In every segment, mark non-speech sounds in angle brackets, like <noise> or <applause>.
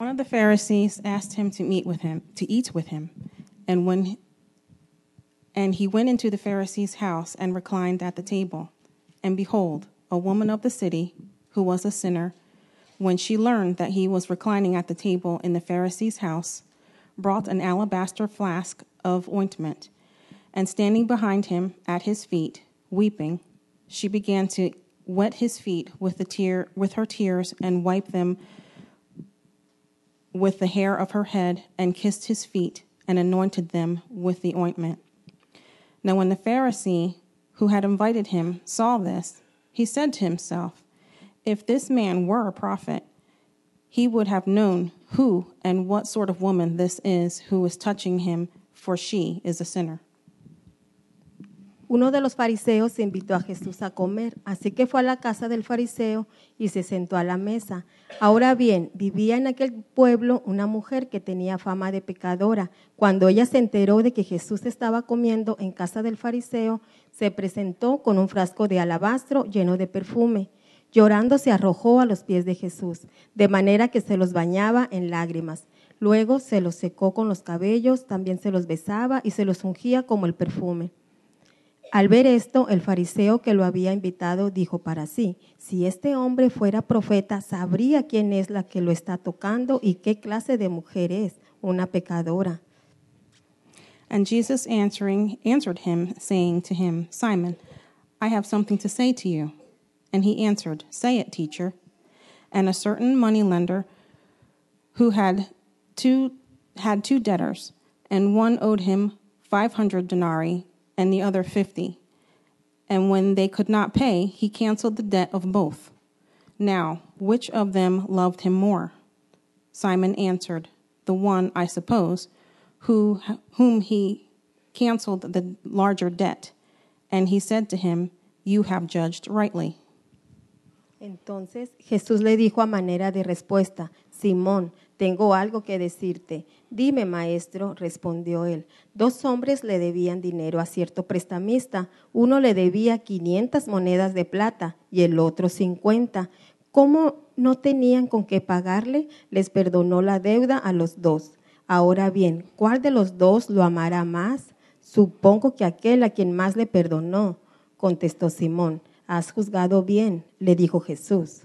One of the Pharisees asked him to meet with him, to eat with him. And when and he went into the Pharisee's house and reclined at the table. And behold, a woman of the city, who was a sinner, when she learned that he was reclining at the table in the Pharisee's house, brought an alabaster flask of ointment. And standing behind him at his feet, weeping, she began to wet his feet with the tear with her tears and wipe them with the hair of her head and kissed his feet and anointed them with the ointment. Now, when the Pharisee who had invited him saw this, he said to himself, If this man were a prophet, he would have known who and what sort of woman this is who is touching him, for she is a sinner. Uno de los fariseos invitó a Jesús a comer, así que fue a la casa del fariseo y se sentó a la mesa. Ahora bien, vivía en aquel pueblo una mujer que tenía fama de pecadora. Cuando ella se enteró de que Jesús estaba comiendo en casa del fariseo, se presentó con un frasco de alabastro lleno de perfume. Llorando se arrojó a los pies de Jesús, de manera que se los bañaba en lágrimas. Luego se los secó con los cabellos, también se los besaba y se los ungía como el perfume. Al ver esto, el fariseo que lo había invitado dijo para sí, si este hombre fuera profeta, sabría quién es la que lo está tocando y qué clase de mujer es, una pecadora. And Jesus answering answered him, saying to him, Simon, I have something to say to you. And he answered, Say it, teacher. And a certain money lender who had two had two debtors, and one owed him five hundred denarii and the other fifty. And when they could not pay, he canceled the debt of both. Now, which of them loved him more? Simon answered, The one, I suppose, who, whom he canceled the larger debt. And he said to him, You have judged rightly. Entonces Jesús le dijo a manera de respuesta, Simón, tengo algo que decirte. Dime, maestro, respondió él. Dos hombres le debían dinero a cierto prestamista. Uno le debía 500 monedas de plata y el otro 50. Como no tenían con qué pagarle, les perdonó la deuda a los dos. Ahora bien, ¿cuál de los dos lo amará más? Supongo que aquel a quien más le perdonó, contestó Simón. Has juzgado bien, le dijo Jesús.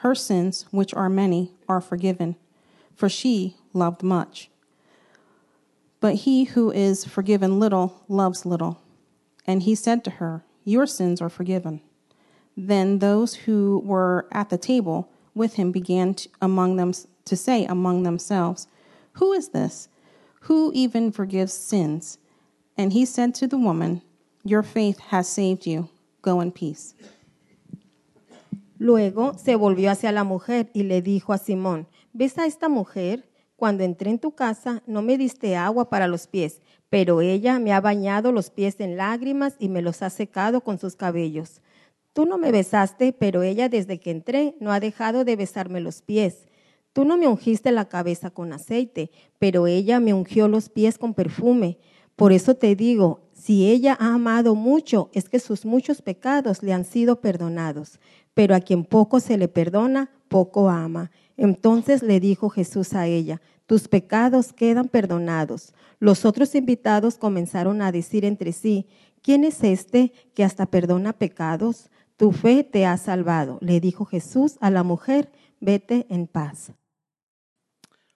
her sins, which are many, are forgiven, for she loved much. But he who is forgiven little loves little. And he said to her, Your sins are forgiven. Then those who were at the table with him began to, among them to say among themselves, Who is this? Who even forgives sins? And he said to the woman, Your faith has saved you. Go in peace. Luego se volvió hacia la mujer y le dijo a Simón, ¿ves a esta mujer? Cuando entré en tu casa no me diste agua para los pies, pero ella me ha bañado los pies en lágrimas y me los ha secado con sus cabellos. Tú no me besaste, pero ella desde que entré no ha dejado de besarme los pies. Tú no me ungiste la cabeza con aceite, pero ella me ungió los pies con perfume. Por eso te digo, si ella ha amado mucho, es que sus muchos pecados le han sido perdonados. Pero a quien poco se le perdona, poco ama. Entonces le dijo Jesús a ella, tus pecados quedan perdonados. Los otros invitados comenzaron a decir entre sí, ¿quién es este que hasta perdona pecados? Tu fe te ha salvado. Le dijo Jesús a la mujer, vete en paz.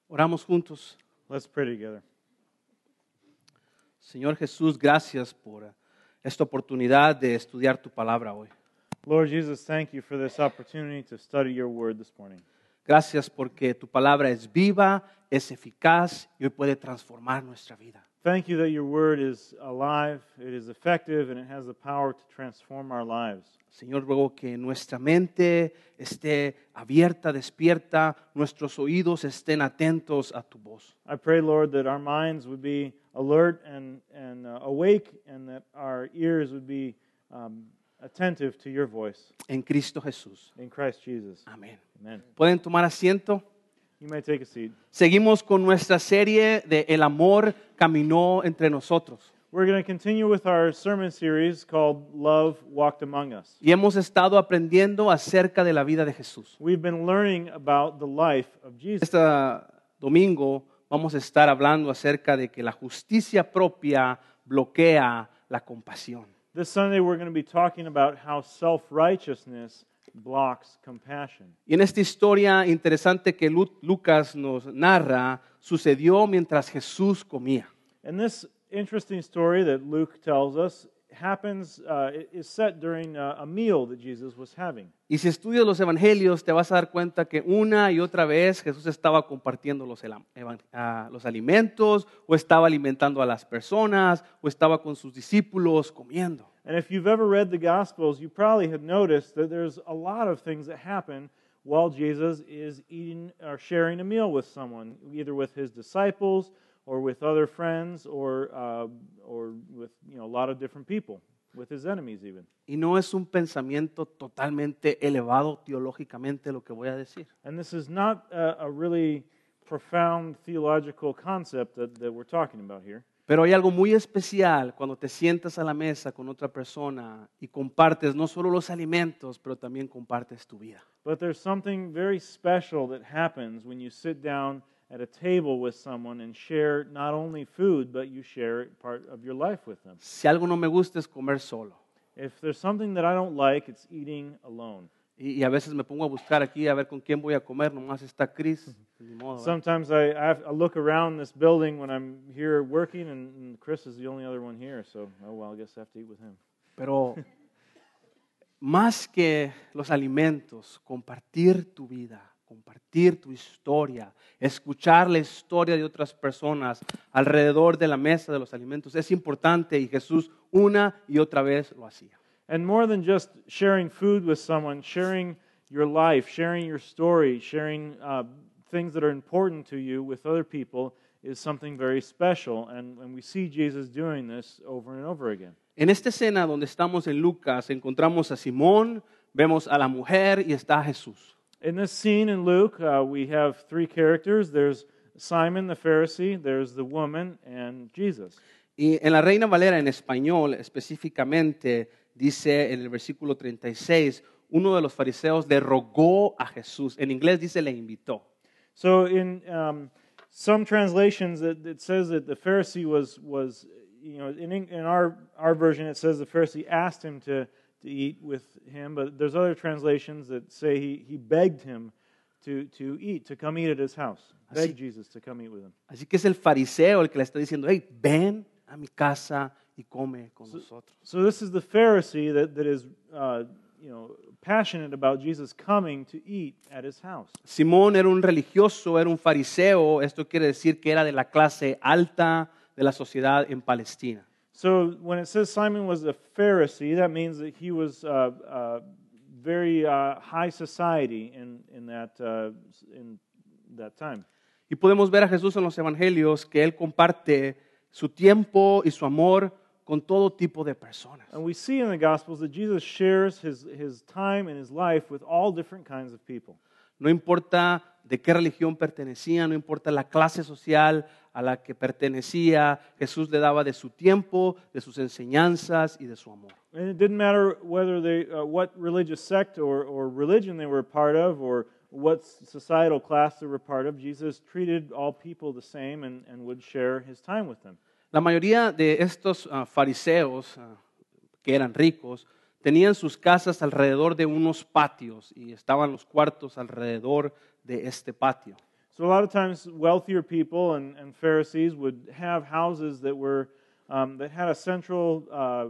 Oramos juntos. Let's pray together. Señor Jesús, gracias por eh, esta oportunidad de estudiar tu palabra hoy. Lord Jesus, thank you for this opportunity to study your word this morning. Gracias porque tu palabra es viva, es eficaz y hoy puede transformar nuestra vida. Thank you that your word is alive, it is effective, and it has the power to transform our lives. Señor, ruego que nuestra mente esté abierta, despierta, nuestros oídos estén atentos a tu voz. I pray, Lord, that our minds would be alert and, and uh, awake, and that our ears would be um, attentive to your voice En Cristo Jesús. in Christ Jesus. Amén. Amen. ¿Pueden tomar asiento? You may take a seat. Seguimos con nuestra serie de El amor caminó entre nosotros. We're going to continue with our sermon series called Love Walked Among Us. Y hemos estado aprendiendo acerca de la vida de Jesús. We've been learning about the life of Jesus. Este domingo vamos a estar hablando acerca de que la justicia propia bloquea la compasión. This Sunday, we're going to be talking about how self righteousness blocks compassion. Y en esta historia interesante que Lu- Lucas nos narra, sucedió mientras Jesús comía. And this interesting story that Luke tells us happens, uh, i- is set during uh, a meal that Jesus was having. Y si estudias los evangelios, te vas a dar cuenta que una y otra vez Jesús estaba compartiendo los, elam- evan- ah, los alimentos, o estaba alimentando a las personas, o estaba con sus discípulos comiendo. And if you've ever read the Gospels, you probably have noticed that there's a lot of things that happen while Jesus is eating or sharing a meal with someone, either with his disciples or with other friends or, uh, or with you know, a lot of different people, with his enemies even. Y no es un pensamiento totalmente elevado teológicamente lo que voy a decir. And this is not a, a really profound theological concept that, that we're talking about here. Pero hay algo muy especial cuando te sientas a la mesa con otra persona y compartes no solo los alimentos, pero también compartes tu vida. But there's something very special that happens when you sit down at a table with someone and share not only food, but you share part of your life with them. Si algo no me gusta es comer solo. If there's something that I don't like, it's eating alone. Y, y a veces me pongo a buscar aquí a ver con quién voy a comer, nomás está Chris. Ni modo, ¿verdad? Sometimes I, I, have- I look around this building when I'm here working, and, and Chris is the only other one here, so oh well, I guess I have to eat with him. Pero más que los alimentos, compartir tu vida, compartir tu historia, escuchar la historia de otras personas alrededor de la mesa de los alimentos es importante y Jesús una y otra vez lo hacía. And more than just sharing food with someone, sharing your life, sharing your story, sharing uh, things that are important to you with other people is something very special. And, and we see Jesus doing this over and over again. En esta escena donde estamos en Lucas encontramos a Simón, vemos a la mujer y está Jesús. In this scene in Luke, uh, we have three characters there's Simon the Pharisee, there's the woman, and Jesus. Y en la Reina Valera, en español específicamente, dice en el versículo 36, uno de los fariseos le rogó a Jesús. En inglés dice le invitó. So in um, some translations, it, it says that the Pharisee was was you know in in our our version it says the Pharisee asked him to to eat with him, but there's other translations that say he he begged him to to eat to come eat at his house. Begged Jesus to come eat with him. Así que es el fariseo el que le está diciendo, hey, ven a mi casa y come con nosotros. So this is the Pharisee that that is uh, you know passionate about Jesus coming to eat at his house. Simón era un religioso, era un fariseo. Esto quiere decir que era de la clase alta de la sociedad en Palestina. So when it says Simon was a Pharisee, that means that he was uh, uh, very uh, high society in in that uh, in that time. Y podemos ver a Jesús en los evangelios que él comparte su tiempo y su amor con todo tipo de personas. And we see in the Gospels that Jesus shares his his time and his life with all different kinds of people. No importa de qué religión pertenecía, no importa la clase social a la que pertenecía, Jesús le daba de su tiempo, de sus enseñanzas y de su amor. And it didn't matter whether they uh, what religious sect or or religion they were a part of or what societal class they were a part of, Jesus treated all people the same and, and would share his time with them. La mayoría de estos ah, fariseos ah, que eran ricos tenían sus casas alrededor de unos patios y estaban los cuartos alrededor de este patio. So a lot of times, wealthier people and, and Pharisees would have houses that were um, that had a central uh,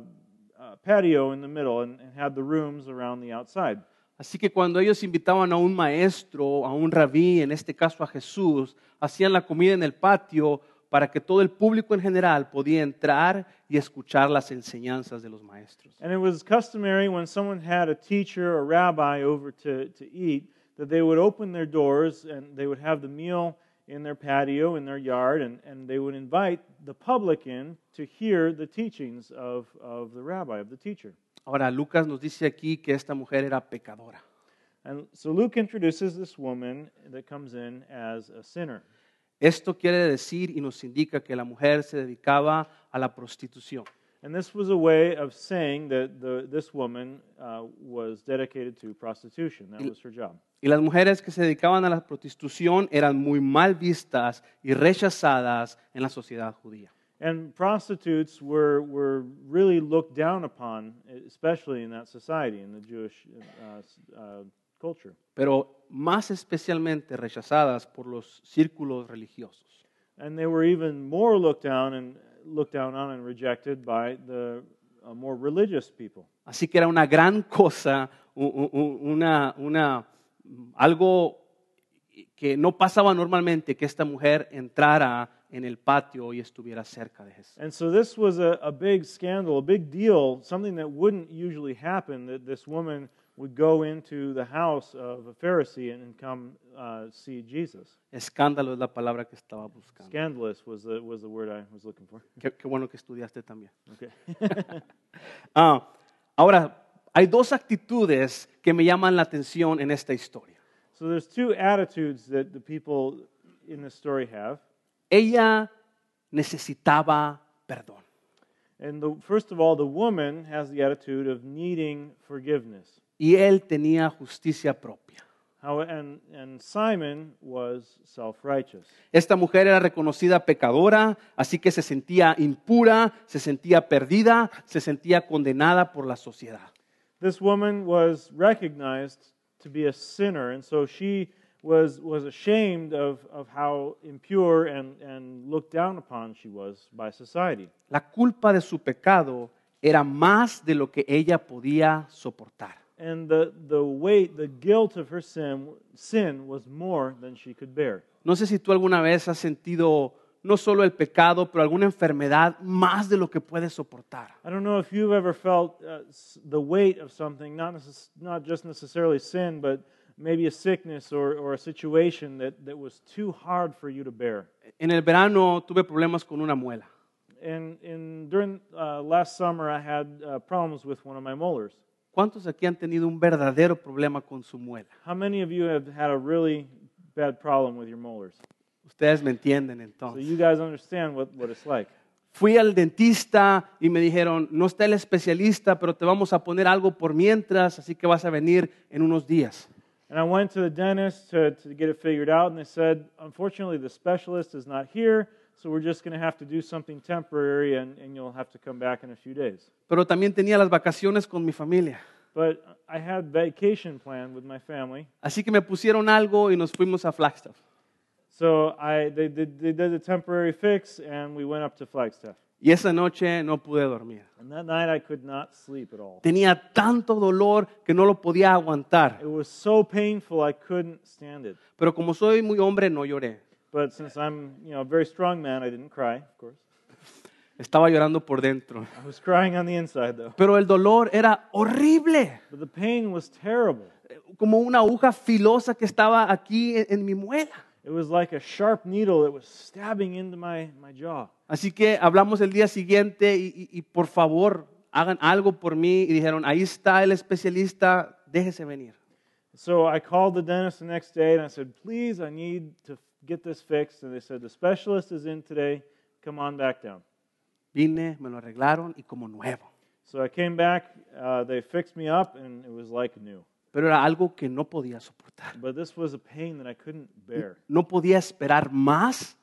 uh, patio in the middle and, and had the rooms around the outside. Así que cuando ellos invitaban a un maestro, a un rabí, en este caso a Jesús, hacían la comida en el patio para que todo el público en general podía entrar y escuchar las enseñanzas de los maestros. And it was customary when someone had a teacher or rabbi over to, to eat that they would open their doors and they would have the meal in their patio, in their yard, and, and they would invite the public in to hear the teachings of, of the rabbi, of the teacher. Ahora, Lucas nos dice aquí que esta mujer era pecadora. And so Luke introduces this woman that comes in as a sinner. Esto quiere decir y nos indica que la mujer se dedicaba a la prostitución. And this was a way of saying that the, this woman uh, was dedicated to prostitution. That was her job. Y las mujeres que se dedicaban a la prostitución eran muy mal vistas y rechazadas en la sociedad judía. And prostitutes were, were really looked down upon, e, especially in that society, in the Jewish uh, s- uh, culture, pero más especialmente rechazadas por los círculos religiosos. and they were even more looked down and looked down on and rejected by the uh, more religious people. Así que era una gran cosa, u- u- u- una, una- algo que no pasaba normalmente que esta mujer entrara en el patio y estuviera cerca de Jesús. And so this was a, a big scandal, a big deal, something that wouldn't usually happen that this woman would go into the house of a Pharisee and, and come uh, see Jesus. Escándalo es la palabra que estaba buscando. Scandalous was the, was the word I was looking for. Qué, qué bueno que estudiaste también. <laughs> Okay. Ah, ahora, hay dos actitudes que me llaman la atención en esta historia. So there's two attitudes that the people in this story have. Ella necesitaba perdón. And the, first of all, the woman has the attitude of needing forgiveness. y él tenía justicia propia. How, and, and Simon was self righteous. Esta mujer era reconocida pecadora, así que se sentía impura, se sentía perdida, se sentía condenada por la sociedad. This woman was recognized to be a sinner, and so she was, was ashamed of, of how impure and, and looked down upon she was by society. La culpa de su pecado era más de lo que ella podía soportar. And the, the weight, the guilt of her sin, sin was more than she could bear. No sé si tú alguna vez has sentido no solo el pecado, pero alguna enfermedad más de lo que puedes soportar. I don't know if you've ever felt uh, s- the weight of something, not, necess- not just necessarily sin, but maybe a sickness or, or a situation that, that was too hard for you to bear. En el verano tuve problemas con una muela. And, and during uh, last summer, I had uh, problems with one of my molars. ¿Cuántos aquí han tenido un verdadero problema con su muela? How many of you have had a really bad problem with your molars? Ustedes me entienden So entonces. you guys understand what, what it's like. Fui al dentista y me dijeron, no está el especialista, pero te vamos a poner algo por mientras, así que vas a venir en unos días. And I went to the dentist to, to get it figured out, and they said, unfortunately, the specialist is not here, so we're just going to have to do something temporary, and, and you'll have to come back in a few days. Pero también tenía las vacaciones con mi familia. But I had vacation planned with my family, Así que me pusieron algo y nos fuimos a Flagstaff. so I, they, did they did a temporary fix, and we went up to Flagstaff. Y esa noche no pude dormir. And that night, I could not sleep at all. Tenía tanto dolor que no lo podía aguantar. It was so painful, I couldn't stand it. Pero como soy muy hombre, no lloré. But since I'm you know, a very strong man, I didn't cry, of course. Estaba llorando por dentro. I was crying on the inside, though. Pero el dolor era horrible, But the pain was terrible. como una aguja filosa que estaba aquí en- en mi muela. It was like a sharp needle that was stabbing into my, my jaw. Así que hablamos el día siguiente y, y- y por favor hagan algo por mí. Y dijeron, ahí está el especialista, déjese venir. So I called the dentist the next day and I said, Please, I need to get this fixed. And they said, The specialist is in today. Come on back down. Vine, me lo arreglaron y como nuevo. So I came back. Uh, they fixed me up and it was like new. Pero era algo que no podía soportar. But this was a pain that I couldn't bear. No podía esperar más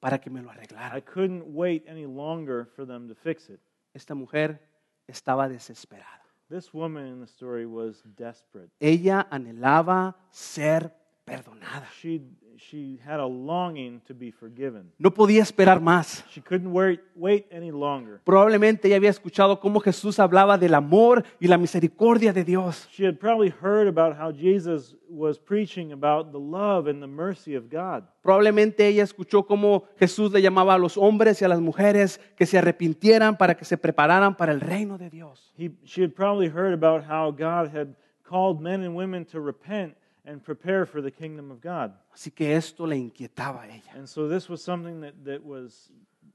para que me lo I arreglaran. couldn't wait any longer for them to fix it. Esta mujer estaba desesperada. This woman in the story was desperate. Ella anhelaba ser perdonada. She, she had a longing to be forgiven. No podía esperar más. She couldn't wait, wait any longer. Probablemente ella había escuchado cómo Jesús hablaba del amor y la misericordia de Dios. She had probably heard about how Jesus was preaching about the love and the mercy of God. Probablemente ella escuchó cómo Jesús le llamaba a los hombres y a las mujeres que se arrepintieran para que se prepararan para el reino de Dios. He, she had probably heard about how God had called men and women to repent and prepare for the kingdom of God. Así que esto le inquietaba a ella. And so this was something that, that was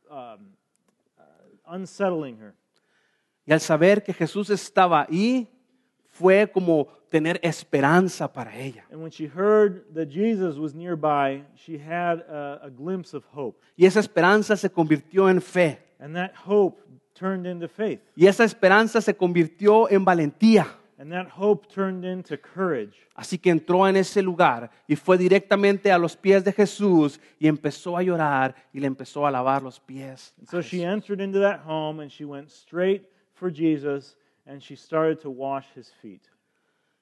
um, uh, unsettling her. Y al saber que Jesús estaba ahí, fue como tener esperanza para ella. And when she heard that Jesus was nearby, she had a, a glimpse of hope. Y esa esperanza se convirtió en fe. And that hope turned into faith. Y esa esperanza se convirtió en valentía. And that hope turned into courage. Así que entró en ese lugar y fue directamente a los pies de Jesús y empezó a llorar y le empezó a lavar los pies. And so she entered into that home and she went straight for Jesus and she started to wash his feet.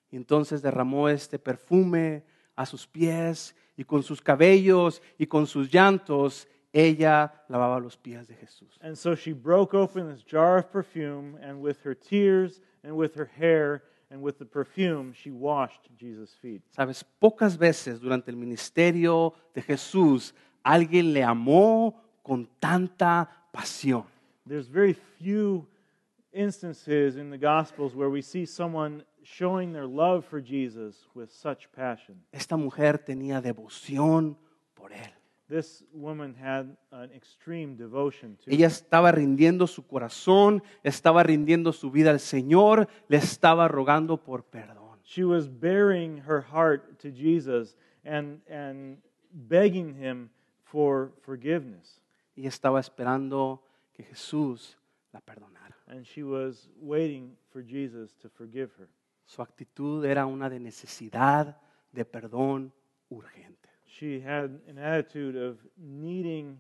Y entonces derramó este perfume a sus pies y con sus cabellos y con sus llantos ella lavaba los pies de Jesús. And so she broke open this jar of perfume and with her tears and with her hair and with the perfume, she washed Jesus' feet. Sabes, pocas veces durante el ministerio de Jesús alguien le amó con tanta pasión. There's very few instances in the Gospels where we see someone showing their love for Jesus with such passion. Esta mujer tenía devoción por él. This woman had an extreme devotion to Ella estaba rindiendo su corazón, estaba rindiendo su vida al Señor, le estaba rogando por perdón. She was bearing her heart to Jesus and, and begging him for forgiveness. Ella estaba esperando que Jesús la perdonara. And she was waiting for Jesus to forgive her. Su actitud era una de necesidad de perdón urgente. She had an attitude of needing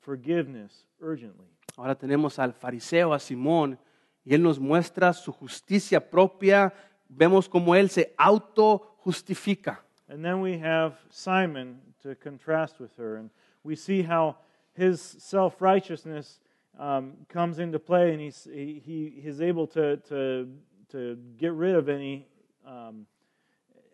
forgiveness urgently. Ahora tenemos al fariseo, a Simón, y él nos muestra su justicia propia. Vemos cómo él se auto justifica. And then we have Simon to contrast with her. And we see how his self righteousness um, comes into play and he's, he, he is able to, to, to get rid of any, um,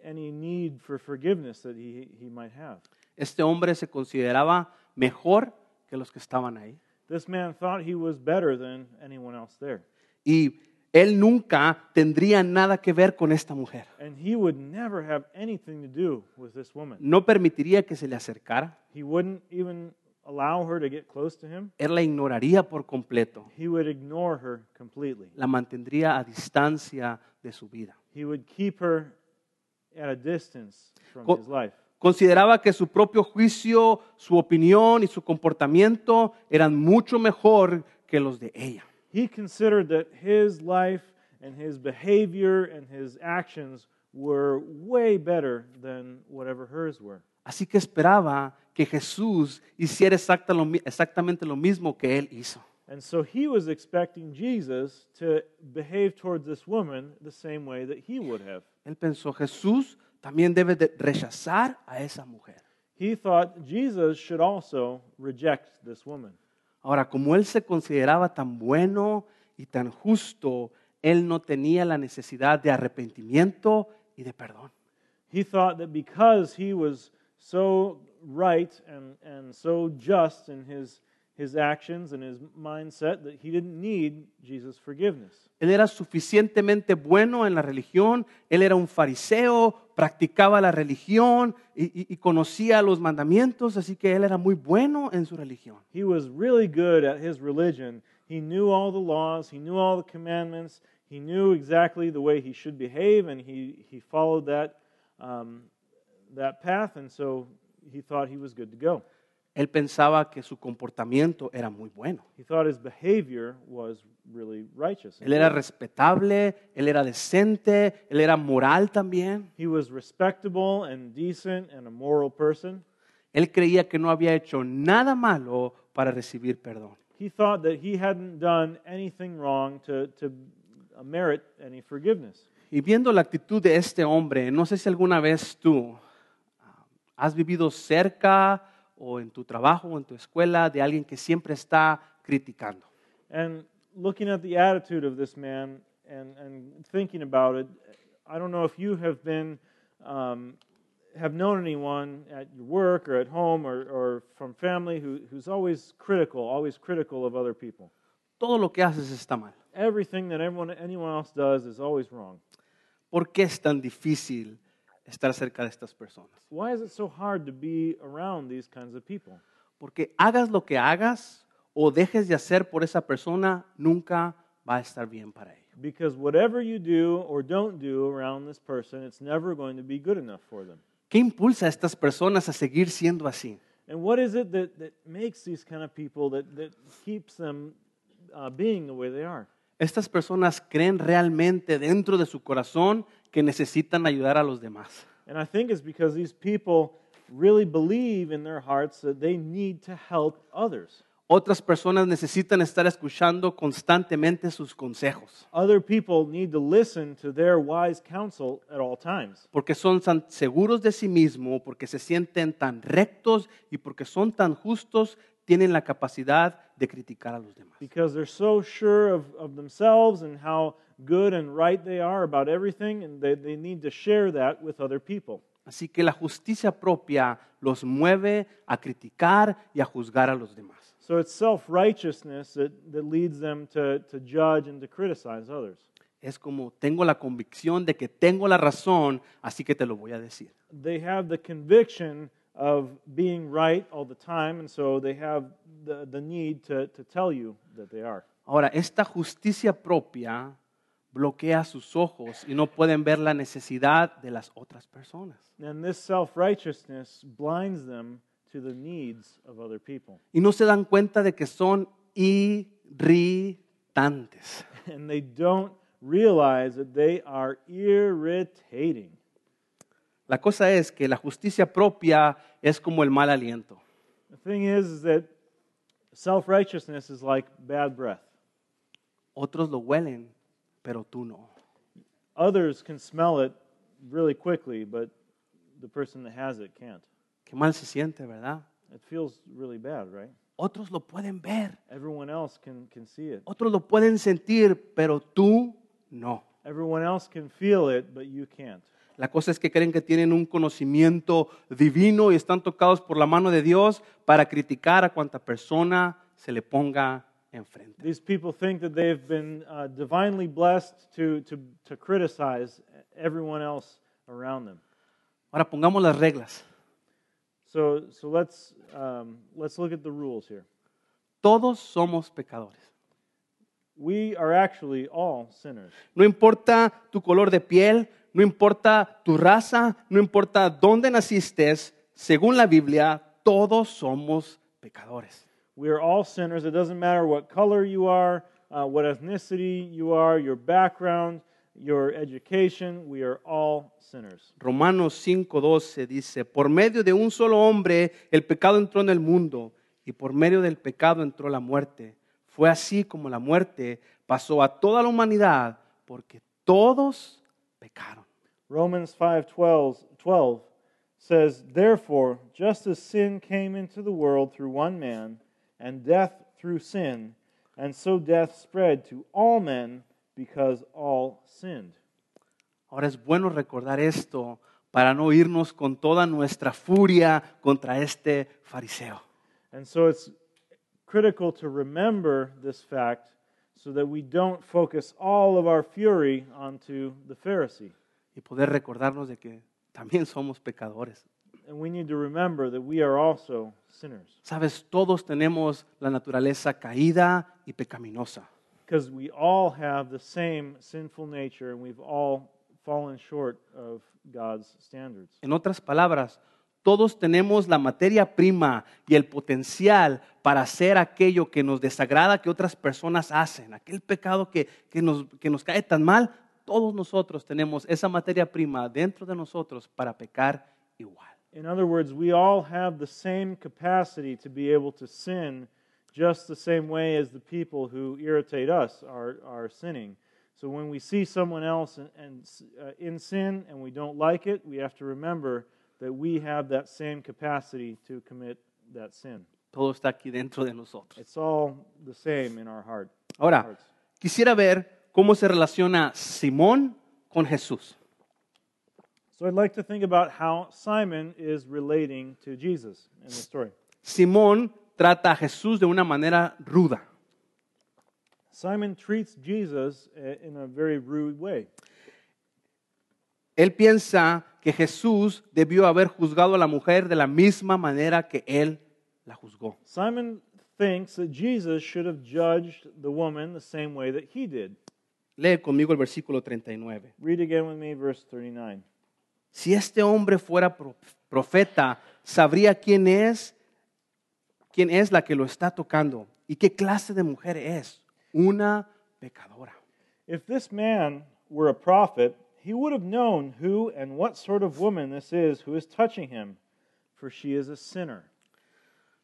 any need for forgiveness that he, he might have. Este hombre se consideraba mejor que los que estaban ahí. This man thought he was better than anyone else there. Y él nunca tendría nada que ver con esta mujer. And he would never have anything to do with this woman. No permitiría que se le acercara. He wouldn't even allow her to get close to him, Él la ignoraría por completo. he would ignore her completely. La mantendría a distancia de su vida. He would keep her at a distance from Co- his life. Consideraba que su propio juicio, su opinión y su comportamiento eran mucho mejor que los de ella. He considered that his life and his behavior and his actions were way better than whatever hers were. Así que esperaba que Jesús hiciera exacta lo mi- exactamente lo mismo que él hizo. And so he was expecting Jesus to behave towards this woman the same way that he would have. Él pensó, Jesús también debe de rechazar a esa mujer. He thought Jesus should also reject this woman. Ahora, como él se consideraba tan bueno y tan justo, él no tenía la necesidad de arrepentimiento y de perdón. He thought that because he was so right and, and so just in his, his actions and his mindset that he didn't need Jesus' forgiveness. Él era suficientemente bueno en la religión, él era un fariseo, practicaba la religión y, y- y conocía los mandamientos, así que él era muy bueno en su religión. He was really good at his religion. He knew all the laws, he knew all the commandments, he knew exactly the way he should behave, and he, he followed that, um, that path, and so he thought he was good to go. Él pensaba que su comportamiento era muy bueno. He thought his behavior was really righteous. and Él era good. respetable, él era decente, él era moral también. He was respectable and decent and a moral person. Él creía que no había hecho nada malo para recibir perdón. He thought that he hadn't done anything wrong to, to merit any forgiveness. Y viendo la actitud de este hombre, no sé si alguna vez tú ah, ¿Has vivido cerca o en tu trabajo o en tu escuela de alguien que siempre está criticando? And looking at the attitude of this man and, and thinking about it, I don't know if you have been, um, have known anyone at your work or at home or, or from family who, who's always critical, always critical of other people. Todo lo que haces está mal. Everything that everyone, anyone else does is always wrong. ¿Por qué es tan difícil estar cerca de estas personas? Why is it so hard to be around these kinds of people? Porque hagas lo que hagas o dejes de hacer por esa persona, nunca va a estar bien para ella. Because whatever you do or don't do around this person, it's never going to be good enough for them. ¿Qué impulsa a estas personas a seguir siendo así? And what is it that, that makes these kind of people that, that keeps them uh, being the way they are? Estas personas creen realmente dentro de su corazón que necesitan ayudar a los demás. And I think it's because these people really believe in their hearts that they need to help others. Otras personas necesitan estar escuchando constantemente sus consejos, Other people need to listen to their wise counsel at all times porque son tan seguros de sí mismos, porque se sienten tan rectos y porque son tan justos, tienen la capacidad de criticar a los demás. because they're so sure of, of themselves and how good and right they are about everything, and they, they need to share that with other people. Así que la justicia propia los mueve a criticar y a juzgar a los demás. So it's self righteousness that, that leads them to, to judge and to criticize others. Es como tengo la convicción de que tengo la razón, así que te lo voy a decir. They have the conviction of being right all the time, and so they have the, the need to, to tell you that they are. Ahora, esta justicia propia bloquea sus ojos y no pueden ver la necesidad de las otras personas. And this self righteousness blinds them to the needs of other people. Y no se dan cuenta de que son irritantes. And they don't realize that they are irritating. La cosa es que la justicia propia es como el mal aliento. The thing is, is that self righteousness is like bad breath. Otros lo huelen, pero tú no. Others can smell it really quickly, but the person that has it can't. Qué mal se siente, ¿verdad? It feels really bad, right? Otros lo pueden ver, Everyone else can, can see it. otros lo pueden sentir, pero tú no. Everyone else can feel it, but you can't. La cosa es que creen que tienen un conocimiento divino y están tocados por la mano de Dios para criticar a cuanta persona se le ponga enfrente. These people think that they've been uh, divinely blessed to, to, to criticize everyone else around them. Ahora pongamos las reglas. So, so let's, um, let's look at the rules here. Todos somos pecadores. We are actually all sinners. No importa tu color de piel, no importa tu raza, no importa dónde naciste, según la Biblia, todos somos pecadores. We are all sinners. It doesn't matter what color you are, uh, what ethnicity you are, your background, your education. We are all sinners. Romanos 5:12 dice, por medio de un solo hombre el pecado entró en el mundo y por medio del pecado entró la muerte. Fue así como la muerte pasó a toda la humanidad porque todos pecaron. Romans 5 12, 12 says, Therefore, just as sin came into the world through one man, and death through sin, and so death spread to all men because all sinned. Ahora es bueno recordar esto para no irnos con toda nuestra furia contra este fariseo. And so it's critical to remember this fact so that we don't focus all of our fury onto the Pharisee. y poder recordarnos de que también somos pecadores. And we need to remember that we are also sinners Sabes, todos tenemos la naturaleza caída y pecaminosa. because we all have the same sinful nature and we've all fallen short of God's standards. En otras palabras, todos tenemos la materia prima y el potencial para hacer aquello que nos desagrada que otras personas hacen, aquel pecado que, que nos, que nos cae tan mal. Todos nosotros tenemos esa materia prima dentro de nosotros para pecar igual. In other words, we all have the same capacity to be able to sin just the same way as the people who irritate us are, are sinning. So when we see someone else in, and, uh, in sin and we don't like it, we have to remember that we have that same capacity to commit that sin. Todo está aquí dentro de nosotros. It's all the same in our heart. Ahora, quisiera ver cómo se relaciona Simón con Jesús. So I'd like to think about how Simon is relating to Jesus in the story. Simón trata a Jesús de una manera ruda. Simon treats Jesus eh, in a very rude way. Él piensa que Jesús debió haber juzgado a la mujer de la misma manera que él la juzgó. Simon thinks that Jesus should have judged the woman the same way that he did. Lee conmigo el versículo 39. Read again with me verse 39. Si este hombre fuera pro- profeta, sabría quién es quién es la que lo está tocando y qué clase de mujer es, una pecadora. If this man were a prophet, he would have known who and what sort of woman this is who is touching him, for she is a sinner.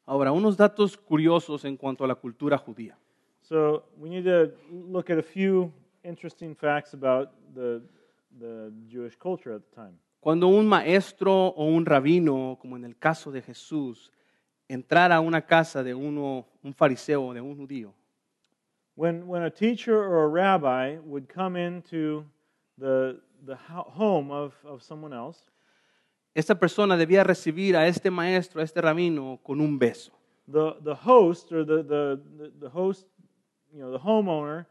Ahora, unos datos curiosos en cuanto a la cultura judía. So we need to look at a few interesting facts about the, the Jewish culture at the time. Cuando un maestro o un rabino, como en el caso de Jesús, entrara a una casa de uno, un fariseo o de un judío, When, when a teacher or a rabbi would come into the, the ho- home of, of someone else, esta persona debía recibir a este maestro, a este rabino, con un beso. the, the host or the, the, the- the host, you know, the homeowner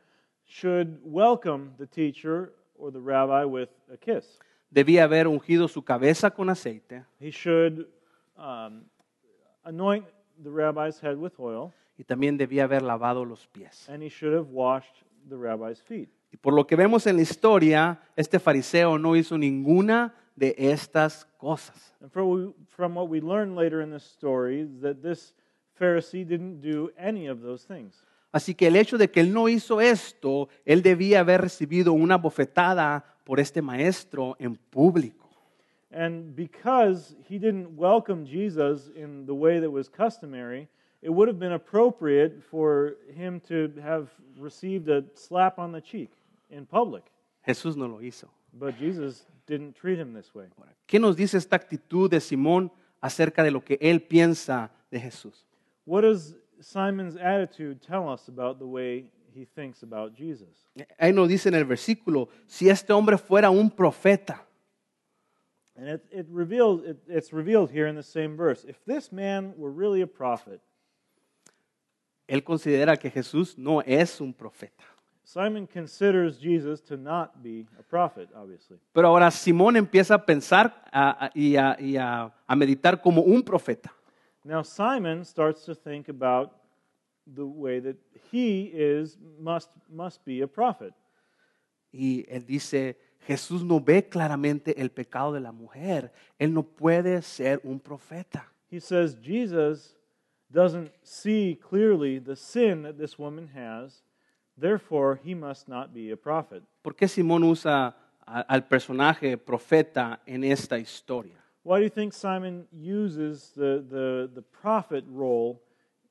should welcome the teacher or the rabbi with a kiss. Debía haber ungido su cabeza con aceite He should um, anoint the rabbi's head with oil, y también debía haber lavado los pies. and he should have washed the rabbi's feet. Y por lo que vemos en la historia, este fariseo no hizo ninguna de estas cosas. And from, what we- from what we learn later in this story, is that this Pharisee didn't do any of those things. Así que el hecho de que él no hizo esto, él debía haber recibido una bofetada por este maestro en público. And because he didn't welcome Jesus in the way that was customary, it would have been appropriate for him to have received a slap on the cheek in public. Jesús no lo hizo. But Jesus didn't treat him this way. Ahora, ¿Qué nos dice esta actitud de Simón acerca de lo que él piensa de Jesús? What does Simon's attitude tell us about the way he thinks about Jesus? Ahí nos dice en el versículo, si este hombre fuera un profeta, And it, it reveals, it, it's revealed here in the same verse. If this man were really a prophet, él considera que Jesús no es un profeta. Simon considers Jesus to not be a prophet, obviously. Pero ahora Simón empieza a pensar a- a- y, a, y a- a meditar como un profeta. Now Simon starts to think about the way that he is must must be a prophet. Y él dice, Jesús no ve claramente el pecado de la mujer. Él no puede ser un profeta. He says Jesus doesn't see clearly the sin that this woman has, therefore he must not be a prophet. ¿Por qué Simón usa a- al personaje profeta en esta historia? Why do you think Simon uses the the, the prophet role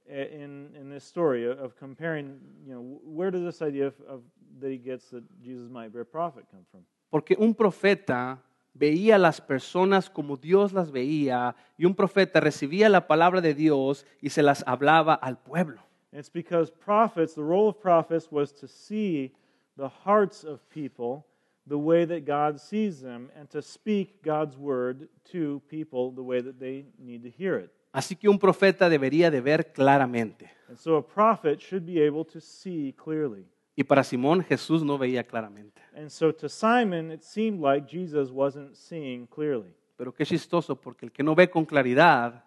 i- in in this story of- of comparing? You know, where does this idea of, of that he gets that Jesus might be a prophet come from? Porque un profeta veía a las personas como Dios las veía y un profeta recibía la palabra de Dios y se las hablaba al pueblo. It's because prophets, the role of prophets was to see the hearts of people the way that God sees them and to speak God's word to people the way that they need to hear it. Así que un profeta debería de ver claramente. And so a prophet should be able to see clearly. Y para Simón Jesús no veía claramente. And so to Simon, it seemed like Jesus wasn't seeing clearly. Pero qué chistoso, porque el que no ve con claridad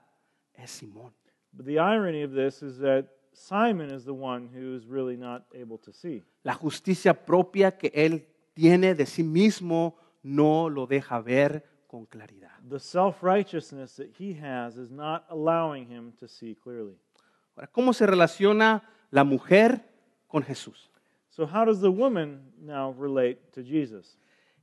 es Simón. But the irony of this is that Simon is the one who is really not able to see. La justicia propia que él tiene de sí mismo no lo deja ver con claridad. The self righteousness that he has is not allowing him to see clearly. Ahora, ¿cómo se relaciona la mujer con Jesús? So, how does the woman now relate to Jesus?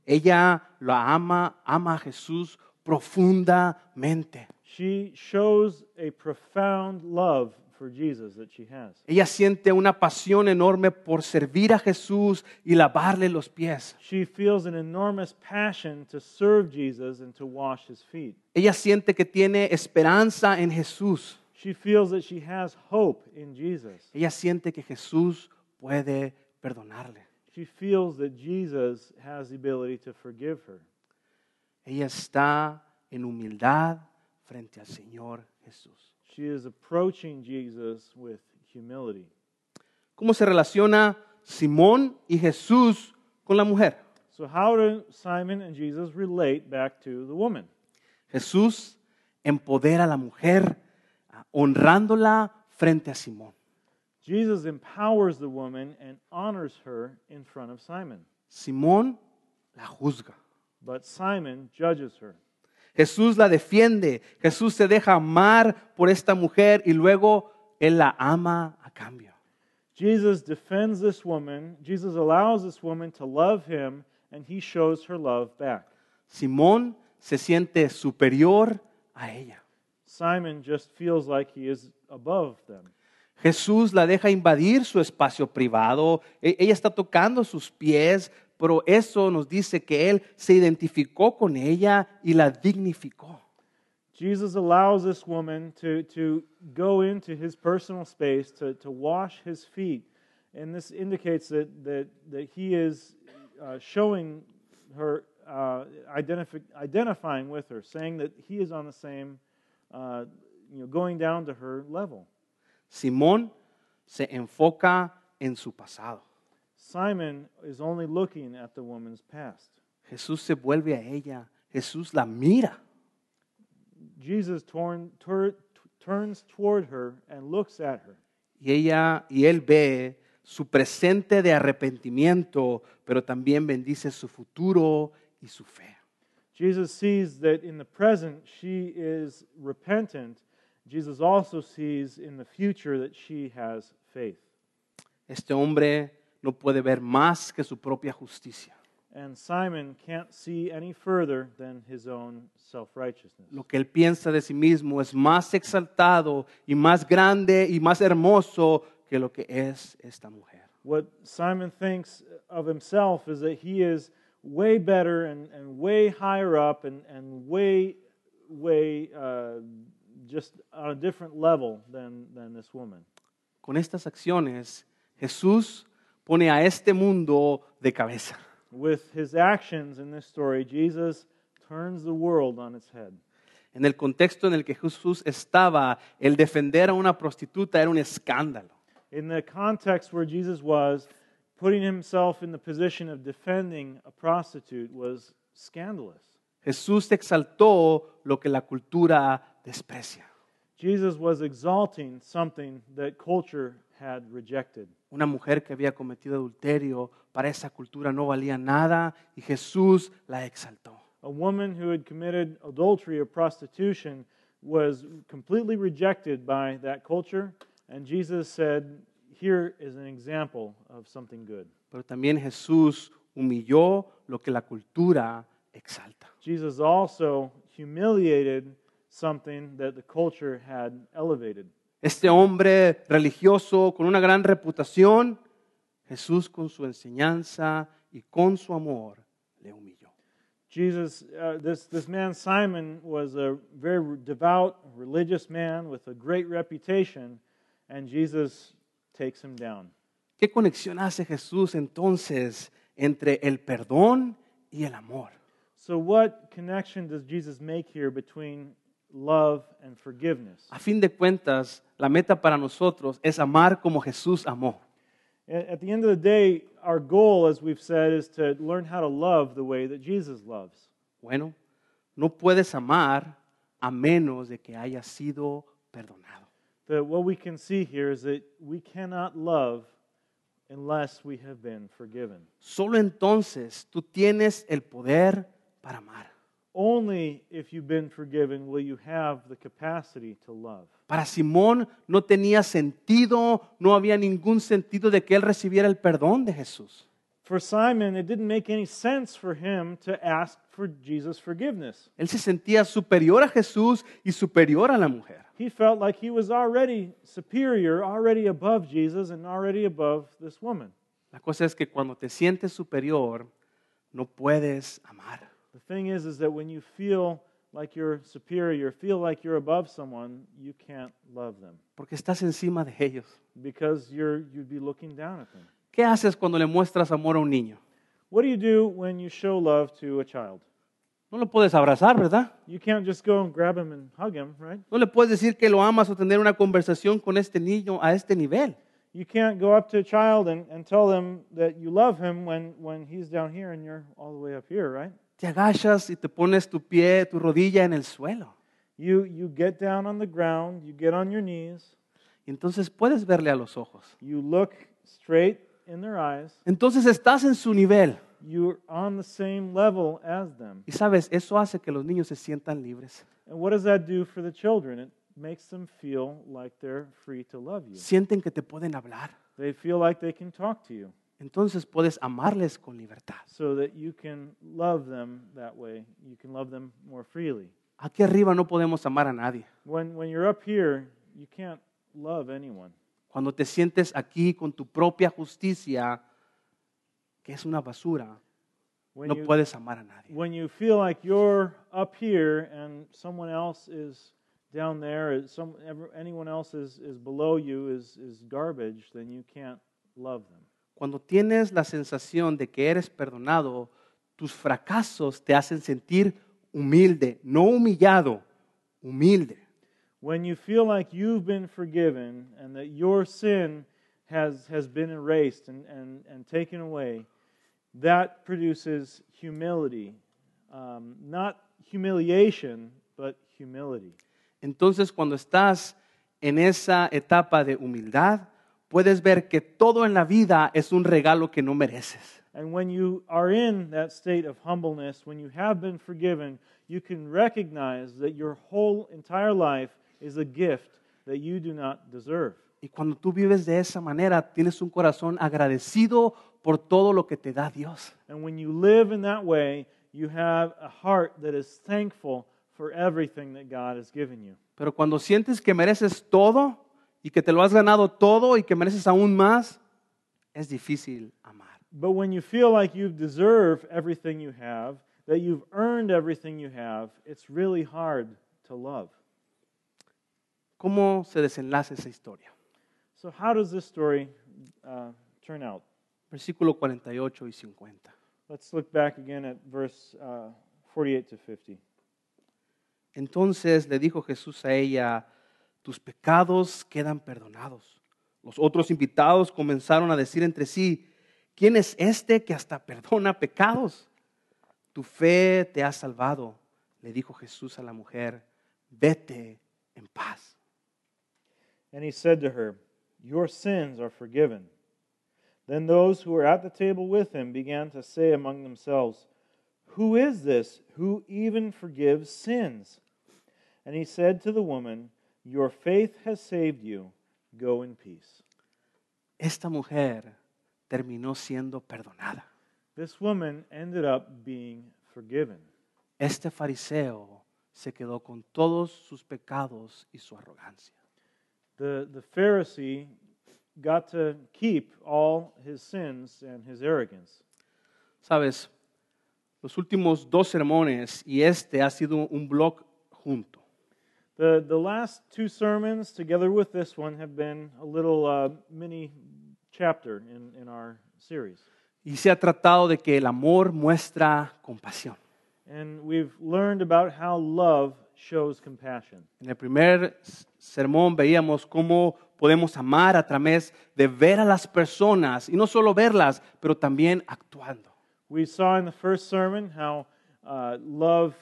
Ella lo ama, ama a Jesús profundamente. She shows a profound love for Jesus that she has. Ella siente una pasión enorme por servir a Jesús y lavarle los pies. She feels an enormous passion to serve Jesus and to wash his feet. Ella siente que tiene esperanza en Jesús. She feels that she has hope in Jesus. Ella siente que Jesús puede perdonarle. She feels that Jesus has the ability to forgive her. Ella está en humildad frente al Señor Jesús. She is approaching Jesus with humility. ¿Cómo se relaciona Simón y Jesús con la mujer? So, how do Simon and Jesus relate back to the woman? Jesús empodera a la mujer ah, honrándola frente a Simón. Jesus empowers the woman and honors her in front of Simon, Simón la juzga. but Simon judges her. Jesús la defiende. Jesús se deja amar por esta mujer y luego él la ama a cambio. Jesus defends this woman, Jesus allows this woman to love him, and he shows her love back. Simón se siente superior a ella. Simon just feels like he is above them. Jesús la deja invadir su espacio privado. E- Ella está tocando sus pies, pero eso nos dice que Él se identificó con ella y la dignificó. Jesus allows this woman to, to go into his personal space to, to wash his feet. And this indicates that, that, that he is uh, showing her, uh, identifi- identifying with her, saying that he is on the same, uh, you know, going down to her level. Simón se enfoca en su pasado. Simon is only looking at the woman's past. Jesús se vuelve a ella. Jesús la mira. Jesus torn, tur- turns toward her and looks at her. Y ella y él ve su presente de arrepentimiento, pero también bendice su futuro y su fe. Jesus sees that in the present she is repentant. Jesus also sees in the future that she has faith. Este hombre no puede ver más que su propia justicia. And Simon can't see any further than his own self righteousness. Lo que él piensa de sí mismo es más exaltado y más grande y más hermoso que lo que es esta mujer. What Simon thinks of himself is that he is way better and, and way higher up and, and way, way uh, just on a different level than, than this woman. Con estas acciones, Jesús pone a este mundo de cabeza. With his actions in this story, Jesus turns the world on its head. En el contexto en el que Jesús estaba, el defender a una prostituta era un escándalo. In the context where Jesus was, putting himself in the position of defending a prostitute was scandalous. Jesús exaltó lo que la cultura desprecia. Jesus was exalting something that culture had rejected. Una mujer que había cometido adulterio para esa cultura no valía nada y Jesús la exaltó. A woman who had committed adultery or prostitution was completely rejected by that culture, and Jesus said, Here is an example of something good. Pero también Jesús humilló lo que la cultura exalta. Jesus also humiliated something that the culture had elevated. Este hombre religioso con una gran reputación, Jesús con su enseñanza y con su amor le humilló. Jesus, uh, this, this man Simon was a very devout, religious man with a great reputation, and Jesus takes him down. ¿Qué conexión hace Jesús entonces entre el perdón y el amor? So, what connection does Jesus make here between love and forgiveness? A fin de cuentas, la meta para nosotros es amar como Jesús amó. A- At the end of the day, our goal, as we've said, is to learn how to love the way that Jesus loves. Bueno, no puedes amar a menos de que hayas sido perdonado. That what we can see here is that we cannot love unless we have been forgiven. Solo entonces tú tienes el poder para amar, Only if you've been forgiven will you have the capacity to love. Para Simón no tenía sentido, no había ningún sentido de que él recibiera el perdón de Jesús. for Simon, it didn't make any sense for him to ask for Jesus' forgiveness. Él se sentía superior a Jesús y superior a la mujer. He felt like he was already superior, already above Jesus, and already above this woman. La cosa es que cuando te sientes superior, no puedes amar. The thing is, is that when you feel like you're superior, feel like you're above someone, you can't love them porque estás encima de ellos. because you're you'd be looking down at them. ¿Qué haces cuando le muestras amor a un niño? What do you do when you show love to a child? No lo puedes abrazar, ¿verdad? You can't just go and grab him and hug him, right? No le puedes decir que lo amas o tener una conversación con este niño a este nivel. You can't go up to a child and, and tell them that you love him when, when he's down here and you're all the way up here, right? Te agachas y te pones tu pie, tu rodilla en el suelo. You, you get down on the ground, you get on your knees, Y entonces puedes verle a los ojos. you look straight in their eyes, Entonces estás en su nivel. you're on the same level as them. Y sabes, eso hace que los niños se sientan libres. And what does that do for the children? It makes them feel like they're free to love you. Sienten que te pueden hablar. They feel like they can talk to you Entonces puedes amarles con libertad. so that you can love them that way. You can love them more freely. Aquí arriba no podemos amar a nadie. When, when you're up here, you can't love anyone. Cuando te sientes aquí con tu propia justicia, que es una basura, When no you, puedes amar a nadie. when you feel like you're up here and someone else is down there, is some, ever- anyone else is, is below you is, is garbage, then you can't love them. Cuando tienes la sensación de que eres perdonado, tus fracasos te hacen sentir humilde, no humillado, humilde. When you feel like you've been forgiven and that your sin has, has been erased and, and, and taken away, that produces humility. Um, not humiliation, but humility. Entonces cuando estás en esa etapa de humildad, puedes ver que todo en la vida es un regalo que no mereces. And when you are in that state of humbleness, when you have been forgiven, you can recognize that your whole entire life is a gift that you do not deserve. Y cuando tú vives de esa manera, tienes un corazón agradecido por todo lo que te da Dios. And when you live in that way, you have a heart that is thankful for everything that God has given you. Pero cuando sientes que mereces todo y que te lo has ganado todo y que mereces aún más, es difícil amar. But when you feel like you deserve everything you have, that you've earned everything you have, it's really hard to love. ¿Cómo se desenlaza esa historia? So, how does this story uh, turn out? Versículo 48 y 50. Let's look back again at verse uh, 48 to 50. Entonces le dijo Jesús a ella, tus pecados quedan perdonados. Los otros invitados comenzaron a decir entre sí, ¿quién es este que hasta perdona pecados? Tu fe te ha salvado, le dijo Jesús a la mujer, vete en paz. And he said to her, Your sins are forgiven. Then those who were at the table with him began to say among themselves, Who is this who even forgives sins? And he said to the woman, Your faith has saved you. Go in peace. Esta mujer terminó siendo perdonada. This woman ended up being forgiven. Este fariseo se quedó con todos sus pecados y su arrogancia. The, the Pharisee got to keep all his sins and his arrogance. Sabes, los últimos dos sermones y este ha sido un blog junto. The, the last two sermons, together with this one, have been a little uh, mini chapter in, in our series. Y se ha tratado de que el amor muestra compasión. And we've learned about how love shows compassion. En el primer s- sermón veíamos cómo podemos amar a través de ver a las personas, y no solo verlas, pero también actuando. We saw in the first sermon how uh, love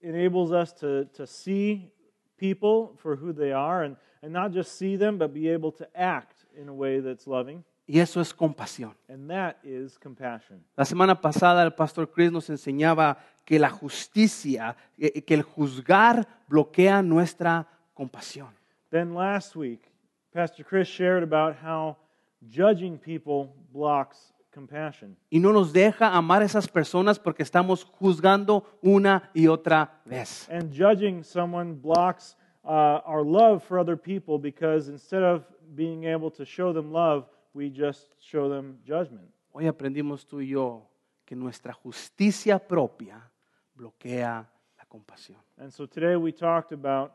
enables us to, to see people for who they are and, and not just see them, but be able to act in a way that's loving. Y eso es compasión. And that is compassion. La semana pasada el pastor Chris nos enseñaba que la justicia, eh, que el juzgar bloquea nuestra compasión. Then last week, Pastor Chris shared about how judging people blocks compassion. y no nos deja amar a esas personas porque estamos juzgando una y otra vez. And judging someone blocks uh, our love for other people because instead of being able to show them love, we just show them judgment. Hoy aprendimos tú y yo que nuestra justicia propia bloquea la compasión. And so today we talked about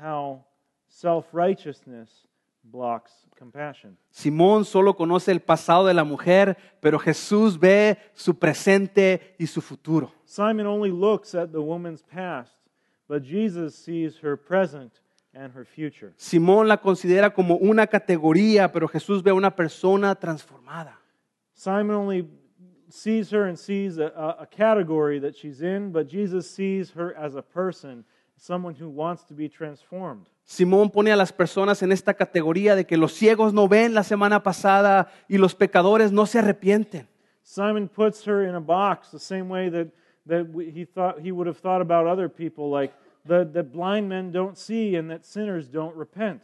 how self righteousness blocks compassion. Simón solo conoce el pasado de la mujer, pero Jesús ve su presente y su futuro. Simon only looks at the woman's past, but Jesus sees her present and her future. Simón la considera como una categoría, pero Jesús ve a una persona transformada. Simon only sees her and sees a, a- a category that she's in, but Jesus sees her as a person, someone who wants to be transformed. Simón pone a las personas en esta categoría de que los ciegos no ven la semana pasada y los pecadores no se arrepienten. Simon puts her in a box the same way that, that we- he thought he would have thought about other people, like the, that blind men don't see and that sinners don't repent.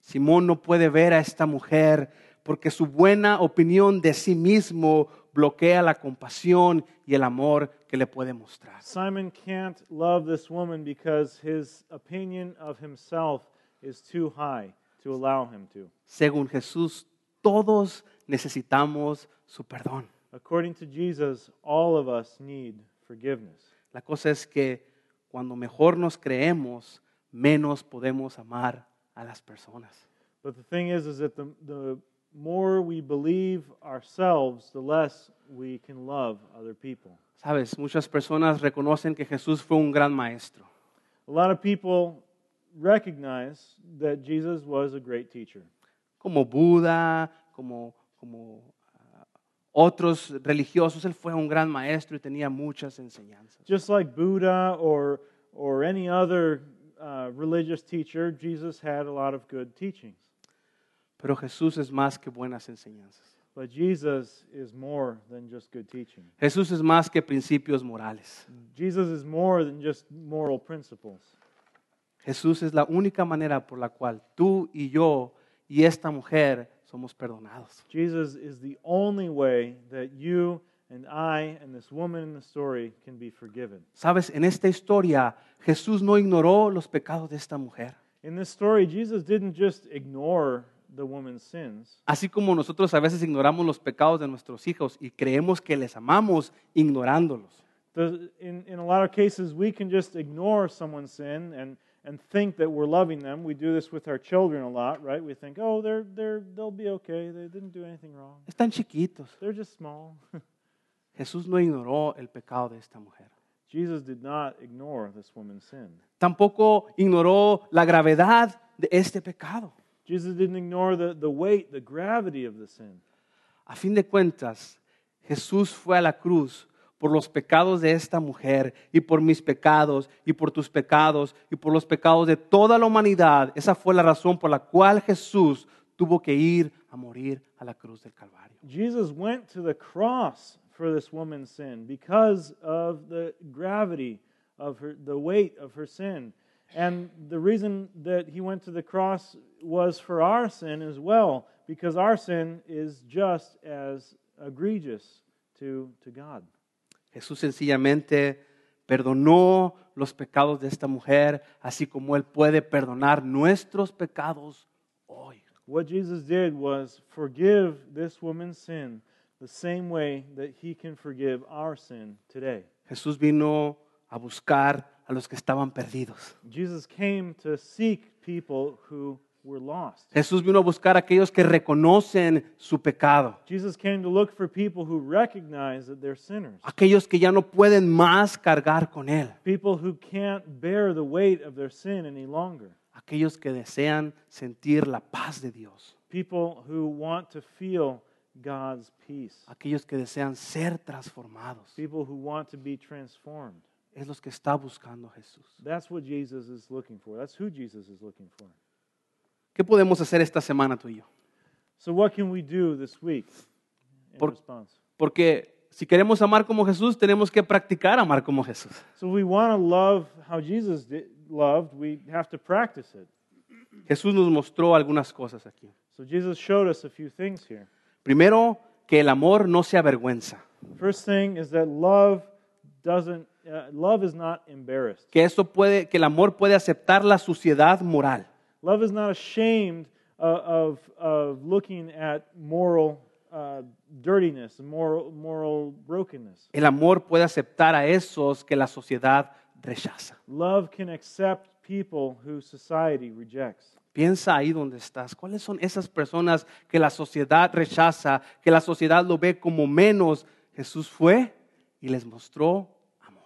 Simón no puede ver a esta mujer porque su buena opinión de sí mismo bloquea la compasión y el amor que le puede mostrar. Simon can't love this woman because his opinion of himself is too high to allow him to. Según Jesús, todos necesitamos su perdón. According to Jesus, all of us need forgiveness. La cosa es que cuando mejor nos creemos, menos podemos amar a las personas. But the thing is, is that the, the more we believe ourselves, the less we can love other people. Sabes, muchas personas reconocen que Jesús fue un gran maestro, A lot of people recognize that Jesus was a great teacher, como Buda, como, como ah, otros religiosos. Él fue un gran maestro y tenía muchas enseñanzas. just like Buddha or or any other uh, religious teacher. Jesus had a lot of good teachings, Pero Jesús es más que buenas enseñanzas. but Jesus is more than just good teaching. Jesús es más que principios morales. Jesus is more than just moral principles. Jesús es la única manera por la cual tú y yo y esta mujer somos perdonados. Jesus is the only way that you and I and this woman in the story can be forgiven. Sabes, en esta historia Jesús no ignoró los pecados de esta mujer. In this story, Jesus didn't just ignore the woman's sins. Así como nosotros a veces ignoramos los pecados de nuestros hijos y creemos que les amamos ignorándolos. The, in, in a lot of cases, we can just ignore someone's sin and, and think that we're loving them. We do this with our children a lot, right? We think, oh, they're, they're, they'll be okay. They didn't do anything wrong. Están chiquitos. They're just small. <laughs> Jesús no ignoró el pecado de esta mujer. Jesus did not ignore this woman's sin. Tampoco ignoró la gravedad de este pecado. Jesus didn't ignore the, the weight, the gravity of the sin. A fin de cuentas, Jesús fue a la cruz por los pecados de esta mujer y por mis pecados y por tus pecados y por los pecados de toda la humanidad. Esa fue la razón por la cual Jesús tuvo que ir a morir a la cruz del Calvario. Jesus went to the cross for this woman's sin because of the gravity of her, the weight of her sin. And the reason that he went to the cross was for our sin as well, because our sin is just as egregious to, to God. Jesús sencillamente perdonó los pecados de esta mujer, así como Él puede perdonar nuestros pecados hoy. What Jesus did was forgive this woman's sin the same way that he can forgive our sin today. Jesús vino a buscar a los que estaban perdidos. Jesus came to seek people who were lost. Jesús vino a buscar a aquellos que reconocen su pecado, Jesus came to look for people who recognize that they're sinners, aquellos que ya no pueden más cargar con Él, people who can't bear the weight of their sin any longer, aquellos que desean sentir la paz de Dios, people who want to feel God's peace, aquellos que desean ser transformados. people who want to be transformed. Es los que está buscando Jesús. That's what Jesus is looking for. That's who Jesus is looking for. ¿Qué podemos hacer esta semana tú y yo? So, what can we do this week in Por- response? Porque si queremos amar como Jesús, tenemos que practicar amar como Jesús. So, we want to love how Jesus did, loved, we have to practice it. Jesús nos mostró algunas cosas aquí. So, Jesus showed us a few things here. Primero, que el amor no se avergüenza, First thing is that love doesn't uh, love is not embarrassed. que esto puede, que el amor puede aceptar la suciedad moral. Love is not ashamed uh, of of looking at moral uh, dirtiness, moral moral brokenness. El amor puede aceptar a esos que la sociedad rechaza. Love can accept people who society rejects. Piensa ahí donde estás. ¿Cuáles son esas personas que la sociedad rechaza, que la sociedad lo ve como menos? Jesús fue y les mostró amor.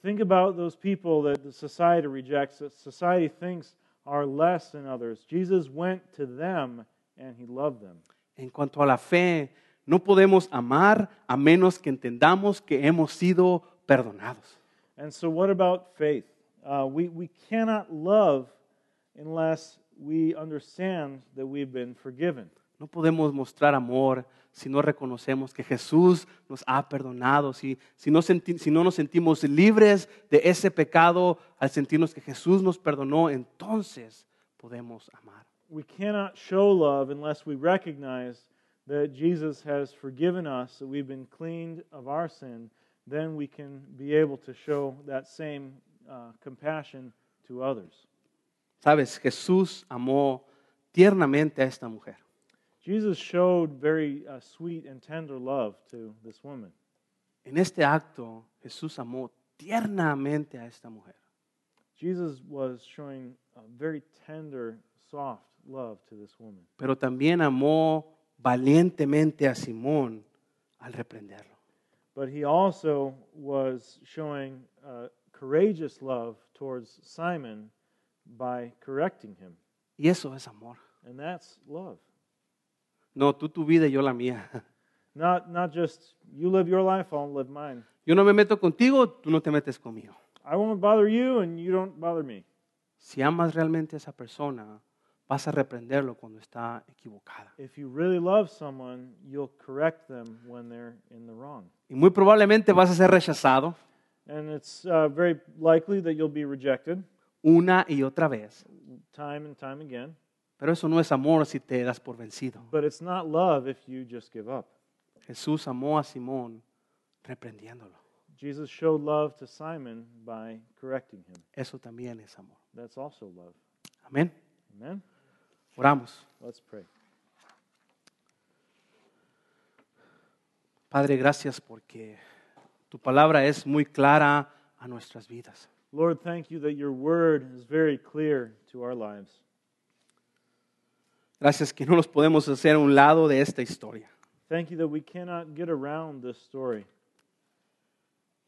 Think about those people that the society rejects, that society thinks are less than others. Jesus went to them and he loved them. En cuanto a la fe, no podemos amar a menos que entendamos que hemos sido perdonados. And so, what about faith? Uh, we, we cannot love unless we understand that we've been forgiven. No podemos mostrar amor si no reconocemos que Jesús nos ha perdonado, si, si no senti- si no nos sentimos libres de ese pecado, al sentirnos que Jesús nos perdonó, entonces podemos amar. We cannot show love unless we recognize that Jesus has forgiven us, that we've been cleaned of our sin. Then we can be able to show that same uh, compassion to others. Sabes, Jesús amó tiernamente a esta mujer. Jesus showed very uh, sweet and tender love to this woman. En este acto, Jesús amó tiernamente a esta mujer. Jesus was showing a very tender, soft love to this woman. pero también amó valientemente a Simón al reprenderlo. But he also was showing uh, courageous love towards Simon by correcting him. Y eso es amor. And that's love. No, tú tu vida y yo la mía. Not, not just you live your life, I'll live mine. Yo no me meto contigo, tú no te metes conmigo. I won't bother you, and you don't bother me. Si amas realmente a esa persona, vas a reprenderlo cuando está equivocada. If you really love someone, you'll correct them when they're in the wrong. Y muy probablemente vas a ser rechazado And it's uh, very likely that you'll be rejected una y otra vez. time and time again. Pero eso no es amor si te das por vencido. But it's not love if you just give up. Jesús amó a Simón reprendiéndolo. Jesus showed love to Simon by correcting him. Eso también es amor. That's also love. Amén. Amen? Oramos. Let's pray. Padre, gracias porque tu palabra es muy clara a nuestras vidas. Lord, thank you that your word is very clear to our lives. Gracias que no nos podemos hacer a un lado de esta historia, Thank you that we cannot get around this story,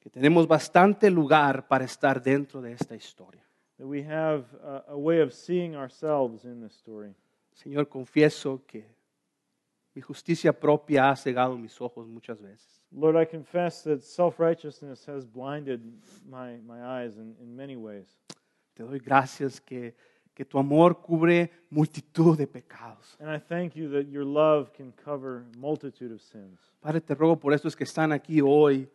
que tenemos bastante lugar para estar dentro de esta historia. that we have a, a way of seeing ourselves in this story. Señor, confieso que mi justicia propia ha cegado mis ojos muchas veces. Lord, I confess that self righteousness has blinded my, my eyes in, in many ways. Te doy gracias que, que tu amor cubre multitud de pecados. And I thank you that your love can cover a multitude of sins. Padre, te ruego por estos que están aquí hoy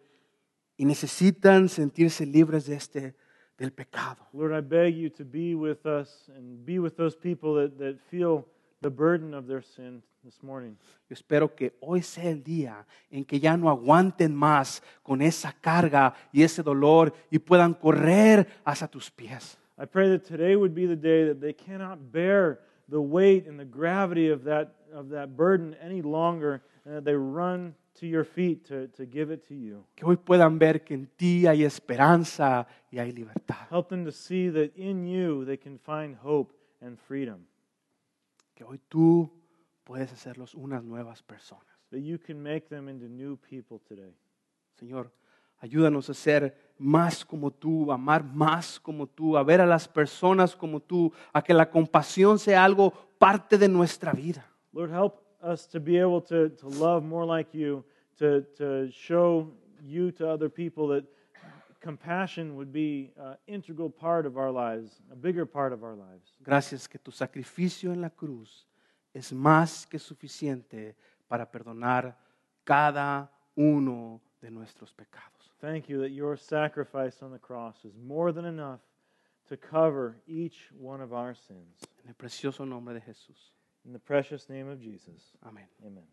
y necesitan sentirse libres de este, del pecado. Lord, I beg you to be with us and be with those people that, that feel the burden of their sin this morning. Yo espero que hoy sea el día en que ya no aguanten más con esa carga y ese dolor y puedan correr hacia tus pies. I pray that today would be the day that they cannot bear the weight and the gravity of that, of that burden any longer, and that they run to your feet to, to give it to you. Que hoy puedan ver que en ti hay esperanza y hay libertad. Help them to see that in you they can find hope and freedom, Que hoy tú puedes hacerlos unas nuevas personas. that you can make them into new people today. Señor, ayúdanos a ser más como tú, a amar más como tú, a ver a las personas como tú, a que la compasión sea algo parte de nuestra vida. Lord, help us to be able to, to love more like you, to, to show you to other people that compassion would be an integral part of our lives, a bigger part of our lives. Gracias que tu sacrificio en la cruz es más que suficiente para perdonar cada uno de nuestros pecados. Thank you that your sacrifice on the cross is more than enough to cover each one of our sins. En el precioso nombre de Jesús. In the precious name of Jesus, Amén. amen.